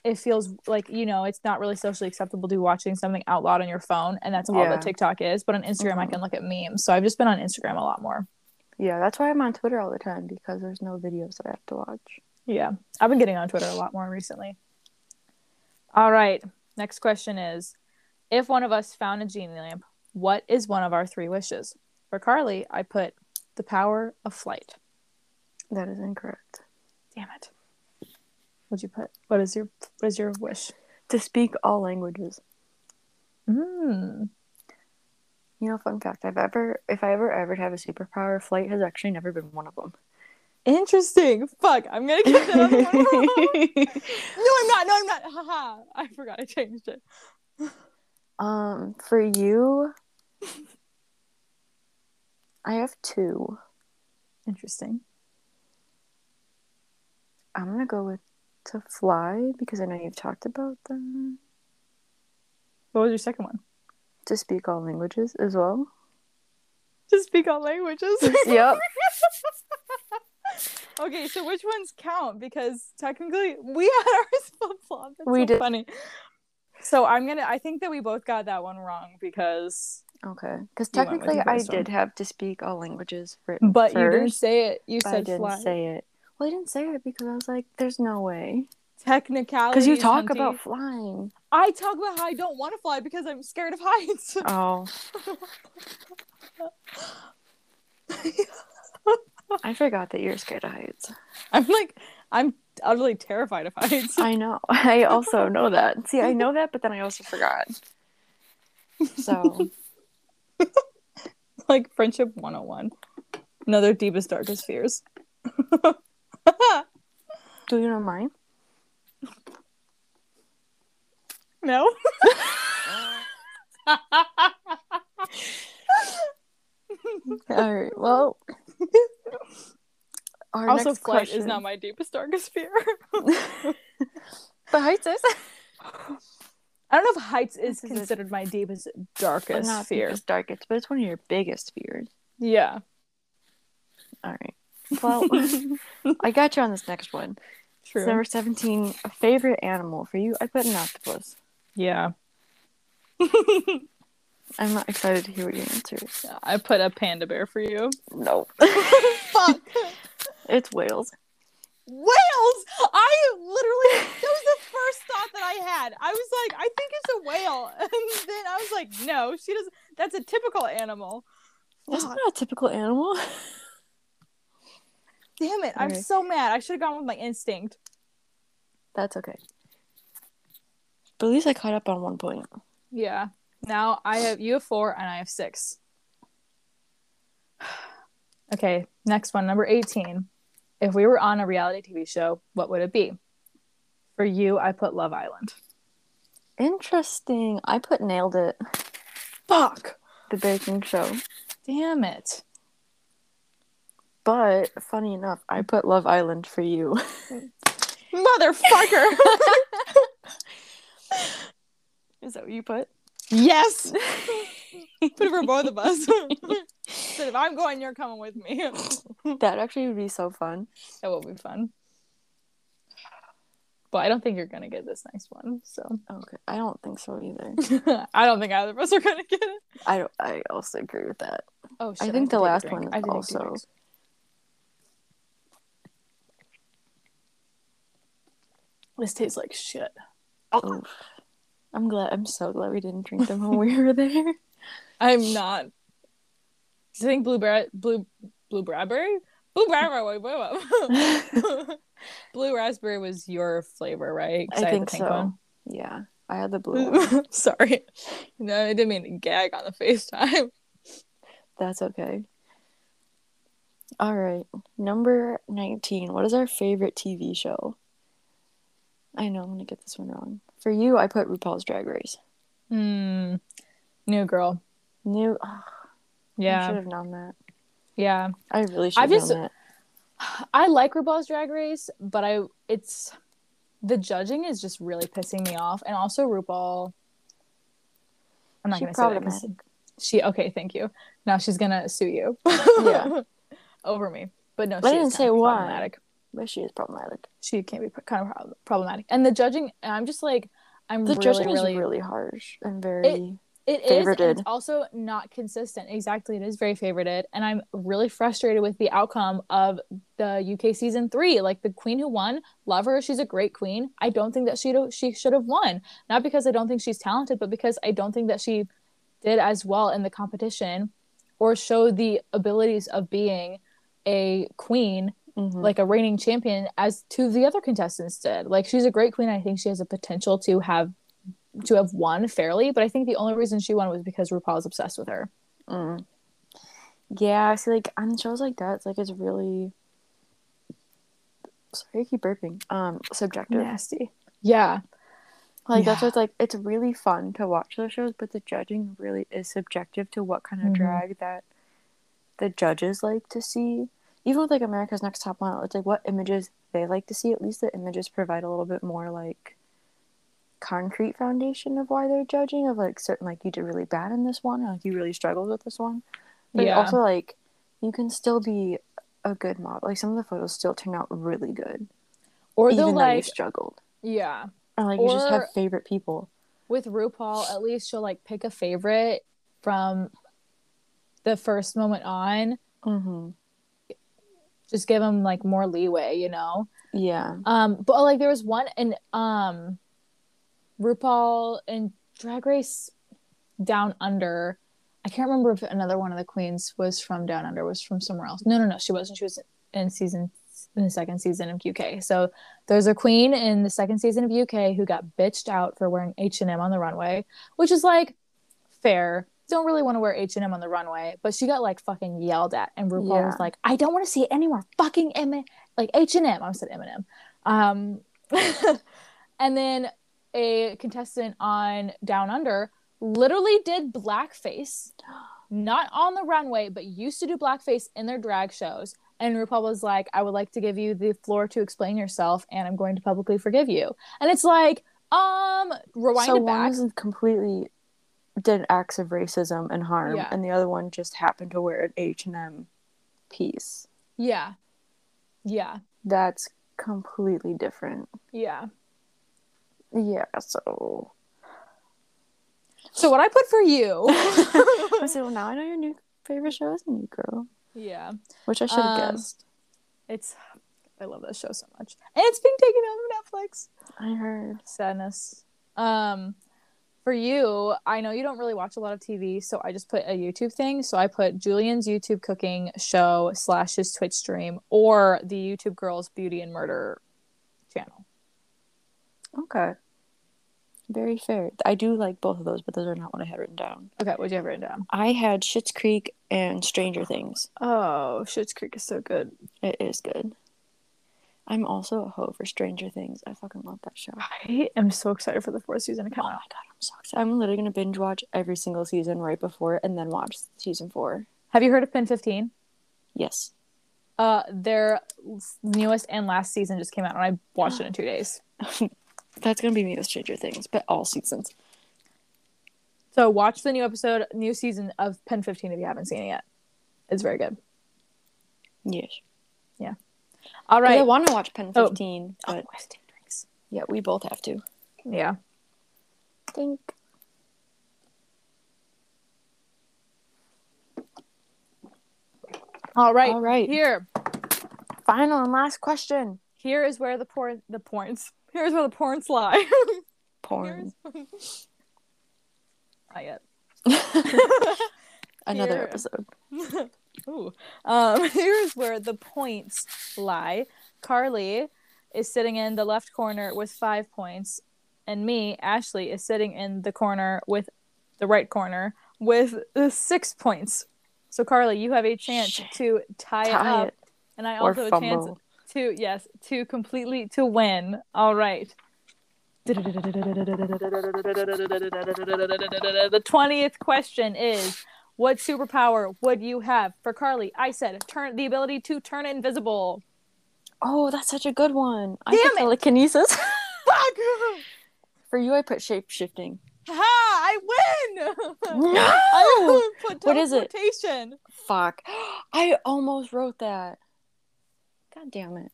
it feels like you know it's not really socially acceptable to be watching something out loud on your phone and that's all
Yeah.
that TikTok is but on Instagram I
Mhm.
can look at memes so I've just been on Instagram a lot more
Yeah, that's why I'm on Twitter all the time because there's no videos that I have to watch.
Yeah, I've been getting on Twitter a lot more recently. All right, next question is If one of us found a genie lamp, what is one of our three wishes? For Carly, I put the power of flight.
That is incorrect.
Damn it. What'd you put? What is your what is your wish?
To speak all languages.
Mm.
You know, fun fact, I've ever if I ever ever have a superpower, flight has actually never been one of them.
Interesting. Fuck. I'm gonna get that other one wrong. No, I'm not. No, I'm not. Haha. I forgot I changed it.
Um, for you, I have two.
Interesting.
I'm gonna go with to fly because I know you've talked about them.
What was your second one?
To speak all languages as well.
To speak all languages.
yep.
okay, so which ones count? Because technically, we had ours flip flop. That's
We
so
did.
Funny. So I'm gonna. I think that we both got that one wrong because.
Okay. Because
You went with
technically,
the
I
first one.
did have to speak all languages written.
But you didn't
first,
say it. You
but I
said
didn't
fly.
say it. Well, I didn't say it because I was like, "There's no way."
Technicality.
Because you talk about flying.
I talk about how I don't want to fly because I'm scared of heights.
Oh, I forgot that you're scared of heights.
I'm like, I'm utterly terrified of heights.
I know. I also know that. See, I know that, but then I also forgot. So
like friendship 101. Another deepest, darkest fears.
Do you know mine?
No.
All right. Well, our
also,
next
flight
question-
is not my deepest, darkest fear.
The heights is
I don't know if heights is
This is a-
considered my deepest,
But
darkest
not
fear.
deepest, darkest, but it's one of your biggest fears.
Yeah.
All right. Well, I got you on this next one.
True.
Number seventeen. A favorite animal for you? I put an octopus.
yeah.
I'm not excited to hear what your answer is.
I put a panda bear for you.
No,
Fuck.
it's whales.
Whales! I literally, that was the first thought that I had. I was like, I think it's a whale. And then I was like, no, she doesn't. That's a typical animal.
That's
Fuck.
not a typical animal.
Damn it. I'm
Okay.
so mad. I should have gone with my instinct.
That's okay. But at least I caught up on one point.
Yeah. Now I have you have four and I have six. Okay, next one, number 18. If we were on a reality TV show, what would it be? For you, I put Love Island.
Interesting. I put nailed it.
Fuck.
The baking show.
Damn it.
But funny enough, I put Love Island for you.
Motherfucker.
Is that what you put?
yes. put it for both of us. Said if I'm going, you're coming with me.
That actually would be so fun.
That will be fun. But I don't think you're gonna get this next one. So
Okay, I don't think so either.
I don't think either of us are gonna get it.
I don't. I also agree with that.
Oh,
think
have to
the
take a
last
drink.
one
I didn't do
also-
drinks. This tastes like shit.
Oof. I'm glad. I'm so glad we didn't drink them when we were there.
I'm not. Do you think blueberry, blue, blue blueberry, blueberry, wait, wait, wait. blue raspberry was your flavor, right? 'Cause
I
had the
think
pink
so.
one.
Yeah, I had the blue one.
Sorry, no, I didn't mean to gag on the FaceTime.
That's okay. All right, number nineteen. What is our favorite TV show? I know I'm gonna get this one wrong. For you, I put RuPaul's Drag Race.
Hmm. New girl.
New. ugh, I should
Yeah,
have known that.
yeah.
I really should have
just-
known that.
I like RuPaul's Drag Race, but I it's the judging is just really pissing me off, and also RuPaul. I'm not
She's
gonna say that 'cause she okay. Thank you. Now she's gonna sue you.
Yeah.
over me. But no,
But I
she is
didn't
kinda
say why.
problematic.
But she is problematic.
She can be pr- kind of prob- problematic, and the judging. and I'm just like I'm
The
really
judging
really
is really harsh and very.
It is. and
Favorited.
it's also not consistent. Exactly. It is very favorited. And I'm really frustrated with the outcome of the UK season three. Like the queen who won, love her. She's a great queen. I don't think that she she should have won. Not because I don't think she's talented, but because I don't think that she did as well in the competition or showed the abilities of being a queen
mhm.
like a reigning champion as to the other contestants did. Like she's a great queen. I think she has a potential to have to have won fairly, but I think the only reason she won was because RuPaul's obsessed with her.
Mm. Yeah, see, like on shows like that, it's like it's really. Sorry, I keep burping. Um, subjective.
Nasty. Yeah.
Like that's what's like it's really fun to watch those shows, but the judging really is subjective to what kind of
Mhm.
Mm-hmm.
drag that the judges like to see. Even with like America's Next Top Model, it's like what images they like to see. At least the images provide a little bit more like concrete foundation of why they're judging. Of like certain like you did really bad in this one, or like you really struggled with this one. But
Yeah.
also like you can still be a good model. Like some of the photos still turn out really good,
Or the
even though you
like,
struggled.
yeah.
Or like you just
or-
have favorite people.
With RuPaul, at least she'll like pick a favorite from the first moment on.
Mm-hmm.
Just give them like more leeway, you know.
Yeah.
Um, but like there was one in um RuPaul and Drag Race Down Under. I can't remember if another one of the queens was from Down Under, was from somewhere else. No, no, no, she wasn't. She was in season in the second season of UK. So there's a queen in the second season of UK who got bitched out for wearing H and M on the runway, which is like fair. Don't really want to wear H and M on the runway, but she got like fucking yelled at, and RuPaul
Yeah.
was like, "I don't want to see it anymore. Fucking M, like H and M." I said M and M. Um, and then a contestant on Down Under literally did blackface, not on the runway, but used to do blackface in their drag shows. And RuPaul was like, I would like to give you the floor to explain yourself, and I'm going to publicly forgive you. And it's like, um, rewind
so
it
one
back.
is completely did acts of racism and harm,
Yeah.
and the other one just happened to wear an H and M piece.
Yeah. Yeah.
That's completely different.
Yeah.
Yeah. So.
So, what I put for you.
so now I know your new favorite show is New Girl,
yeah.
which I should have
Um,
guessed.
It's, I love that show so much. And it's being taken over Netflix.
I heard.
sadness um for you i know you don't really watch a lot of tv so i just put a youtube thing so i put julian's youtube cooking show slash his twitch stream or the youtube girls beauty and murder channel
Okay. Very fair. I do like both of those, but those are not what I had written down.
okay what'd you have written down
I had Schitt's Creek and Stranger Things.
oh shit's creek is so good
It is good. I'm also a hoe for Stranger Things. I fucking love that show.
i am so excited for the fourth season to come out
I'm so excited. I'm literally gonna binge watch every single season right before it and then watch season four.
have you heard of pin 15
Yes.
uh their newest and last season just came out and i watched it in two days
That's gonna be me with Stranger Things, but all seasons.
so watch the new episode new season of Pen 15 if you haven't seen it yet it's very good
Yes.
all
Right. I
right
wanna watch Pen
Oh.
fifteen, but
I have to take drinks.
yeah, we both have to.
Yeah.
Think.
All right.
All right.
Here,
Final and last question.
here is where the porn, the porns. Here is where the porns lie.
Porn.
Not yet.
Another
Here.
episode.
Ooh. Um, here is where the points lie. Carly is sitting in the left corner with five points, and me, Ashley, is sitting in the corner with the right corner with uh, six points. So Carly, you have a chance
Shit.
to tie, it
Tie
up,
it.
and I
Or
also have a chance
fumble.
to yes to completely to win all right the 20th question is what superpower would you have for carly i said turn the ability to turn invisible
Oh, that's such a good one. I
Damn
put
it.
telekinesis.
fuck
For you I put shape shifting.
ha i win
No!
I put
What is it?
teleportation.
Fuck. I almost wrote that. God damn it.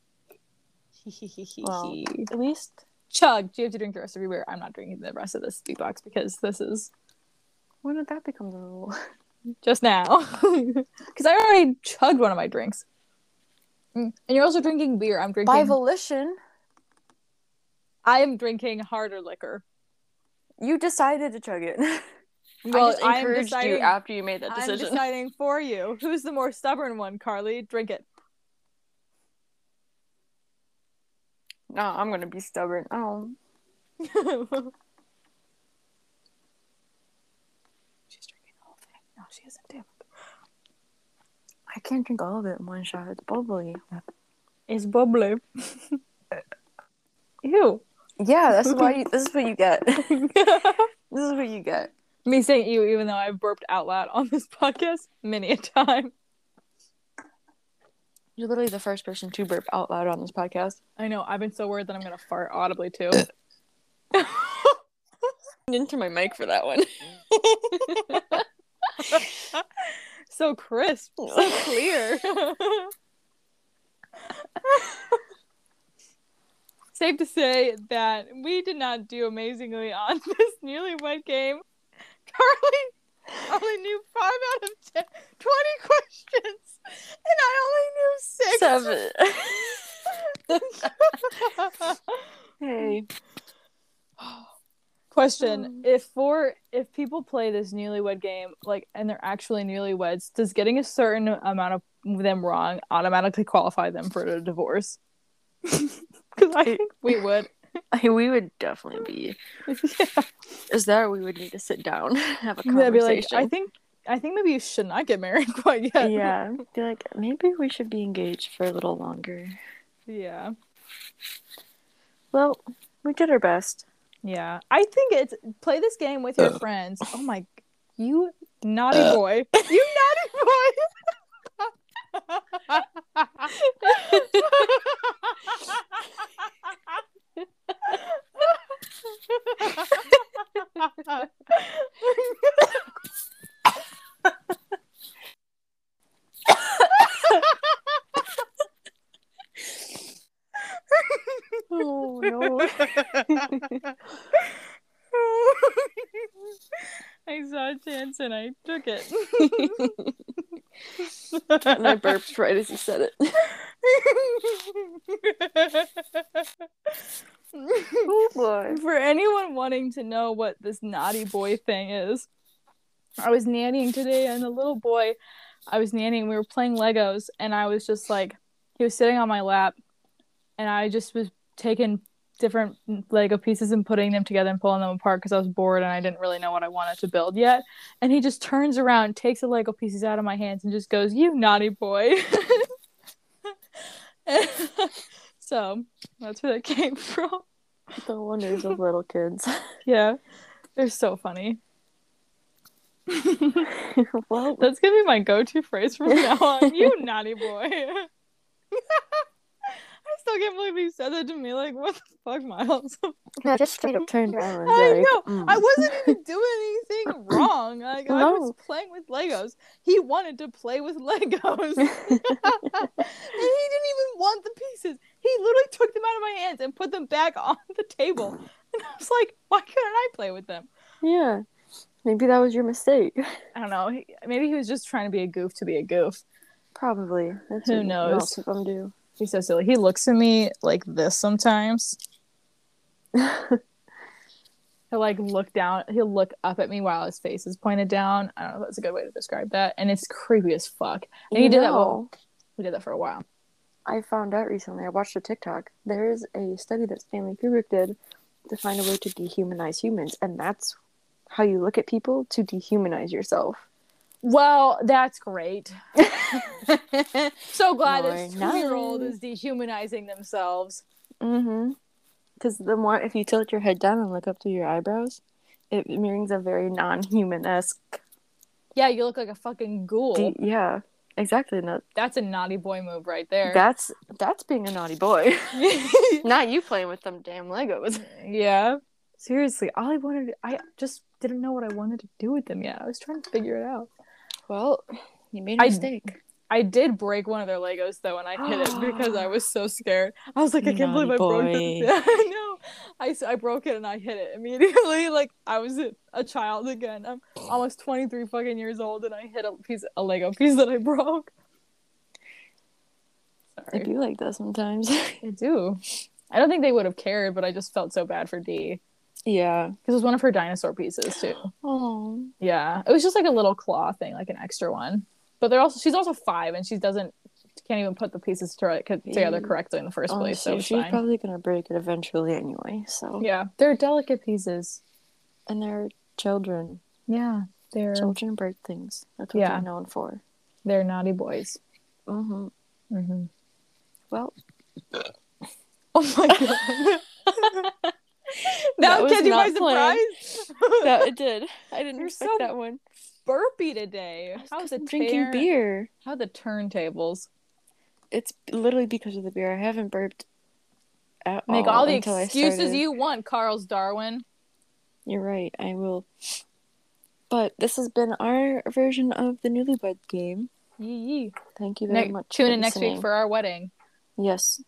Well, at least
chug do you have to drink the rest of your beer i'm not drinking the rest of this beatbox because this is
when did that become the rule?
just now because I already chugged one of my drinks. Mm. And you're also drinking beer. I'm drinking.
By volition,
I am drinking harder liquor.
you decided to chug it. I just
I'm
encouraged you
deciding-
after you made that
I'm
decision.
deciding for you. Who's the more stubborn one, Carly? Drink it.
no, I'm gonna be stubborn. Oh,
She's drinking the whole thing. No, she isn't. Damn it.
I can't drink all of it in one shot. It's bubbly.
It's bubbly. Ew.
Yeah, that's why. You, this is what you get. this is what you get.
Me saying ew, even though I burped out loud on this podcast many a time.
You're literally the first person to burp out loud on this podcast.
I know. I've been so worried that I'm gonna fart audibly too.
Into my mic for that one.
so crisp, so clear. Safe to say that we did not do amazingly on this newlywed game. Carly only knew five out of ten, 20 questions, and I only knew
Seven.
six.
hey. Um,
Question: If for if people play this newlywed game, like, and they're actually newlyweds, does getting a certain amount of them wrong automatically qualify them for a divorce? Because I think we would.
I, we would definitely be. Is there we would need to sit down, have a
They'd
conversation.
be like, I think, I think maybe you should not get married quite yet.
yeah, be like maybe we should be engaged for a little longer.
yeah,
Well, we did our best.
yeah. I think it's play this game with your friends. Oh my, you naughty boy, you naughty boy.
Oh no.
I saw a chance and I took it.
and I burped right as you said it. oh boy.
For anyone wanting to know what this naughty boy thing is, I was nannying today and the little boy I was nannying, we were playing Legos and I was just like, he was sitting on my lap and I just was taking different Lego pieces and putting them together and pulling them apart because I was bored and I didn't really know what I wanted to build yet. And he just turns around, takes the Lego pieces out of my hands, and just goes, You naughty boy. so that's where that came from.
The wonders of little kids.
Yeah. They're so funny.
well,
That's gonna be my go-to phrase from now on. you naughty boy. I still can't believe you said that to me. Like, what the fuck, Miles?
I just straight up turned around and was
I
like,
know.
"Mm."
I wasn't even doing anything wrong. Like, I was
No.
playing with Legos. He wanted to play with Legos, and he didn't even want the pieces. He literally took them out of my hands and put them back on the table. And I was like, why couldn't I play with them?
Yeah. Maybe that was your mistake.
I don't know. He, maybe he was just trying to be a goof to be a goof.
Probably. That's
Who
what
knows?
Most of them do.
He's so silly. He looks at me like this sometimes. He'll like look down. He'll look up at me while his face is pointed down. I don't know if that's a good way to describe that. And it's creepy as fuck. And he
You
did that. While,
know,
we did that for a while.
I found out recently. I watched a TikTok. There is a study that Stanley Kubrick did to find a way to dehumanize humans, and that's how you look at people to dehumanize yourself.
Well, that's great. so glad
More
this
nice.
two-year-old is dehumanizing themselves.
Mm-hmm. Because the more, if you tilt your head down and look up through your eyebrows, it brings a very non-human-esque.
Yeah, you look like a fucking ghoul.
de- yeah, exactly. No,
that's a naughty boy move right there.
that's that's being a naughty boy. Not you playing with them damn Legos.
yeah. Seriously, all I wanted, I just didn't know what I wanted to do with them yet. I was trying to figure it out.
Well, you made
a
a
mistake.
mistake.
I did break one of their Legos though, and I hit it because I was so scared. I was like, I can't believe I
Naughty
broke
boy.
it. I know. I, s- I broke it and I hit it immediately. Like I was a- a child again. I'm almost 23 fucking years old, and I hit a piece, a Lego piece that I broke.
I
Sorry,
do like that sometimes.
I do. I don't think they would have cared, but I just felt so bad for D
yeah.
because it was one of her dinosaur pieces too.
Oh.
Yeah, it was just like a little claw thing, like an extra one. But they're also she's also five, and she doesn't can't even put the pieces to, together correctly in the first place. So
Honestly,
it's
she's
fine.
Oh, probably gonna break it eventually anyway. So
yeah, they're delicate pieces.
and they're children.
Yeah, they're
Children break things. That's what
Yeah.
they're known for.
they're naughty boys.
Mm-hmm.
Mm-hmm.
Well,
Oh my god!
That
now
was
catch you by
not planned.
surprise.
that it did. I didn't
You're
expect
so-
that one.
Burpee today.
I
How's
was
the
drinking
turn-
beer.
How the turntables?
It's literally because of the beer. I haven't burped at
Make
all,
all the
until I
excuses
started.
you want, Carl's Darwin.
You're right. I will. But this has been our version of the Newlywed Game.
Yee yee.
Thank you very
Ne-
much.
tune
for
in next week
listening.
for our wedding.
Yes,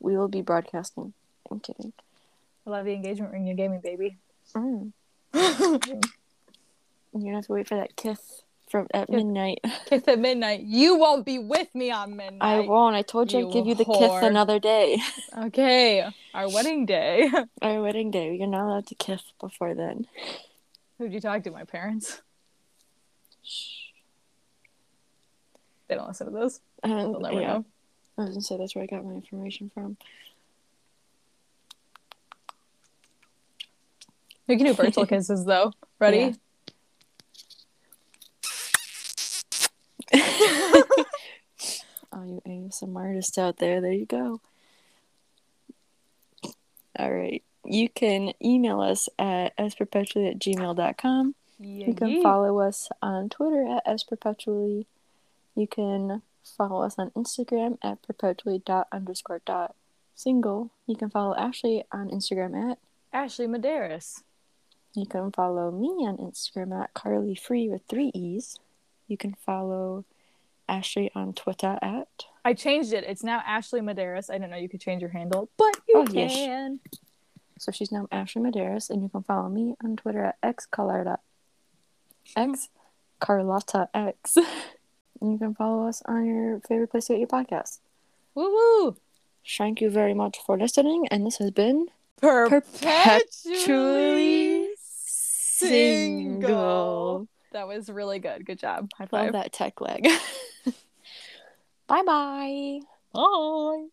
we will be broadcasting. I'm kidding.
I love the engagement ring you gave me, baby.
Mm. You're gonna have to wait for that kiss from at
Yeah.
midnight.
Kiss at midnight. You won't be with me
I
on midnight.
won't. I told you,
You
I'd give you the
whore.
kiss another day.
Okay, our wedding day.
Our wedding day. You're not allowed to kiss before then.
Who'd you talk to? My parents. They don't listen to this.
Um,
They'll never
yeah.
know.
I was gonna say that's where I got my information from.
We can do virtual kisses though. Ready?
Yeah. All you ASM artists out there, there you go. All right. You can email us at asperpetually at gmail.com.
Yeah,
You can
yeah.
follow us on Twitter at asperpetually. You can follow us on Instagram at perpetually dot underscore dot single. You can follow Ashley on Instagram at.
Ashley Medeiros.
You can follow me on Instagram at Carly Free with three E's. You can follow Ashley on Twitter at.
I changed it. It's now Ashley Medeiros. I didn't know you could change your handle, but you
Oh, yes.
can.
So she's now Ashley Medeiros, and you can follow me on Twitter at xcarlotta. X Carlotta X. And you can follow us on your favorite place to get your podcast.
Woo woo.
Thank you very much for listening, and this has been
Perpetually
Single.
That was really good. Good job. High
Love
five.
that tech leg. bye bye.
Bye.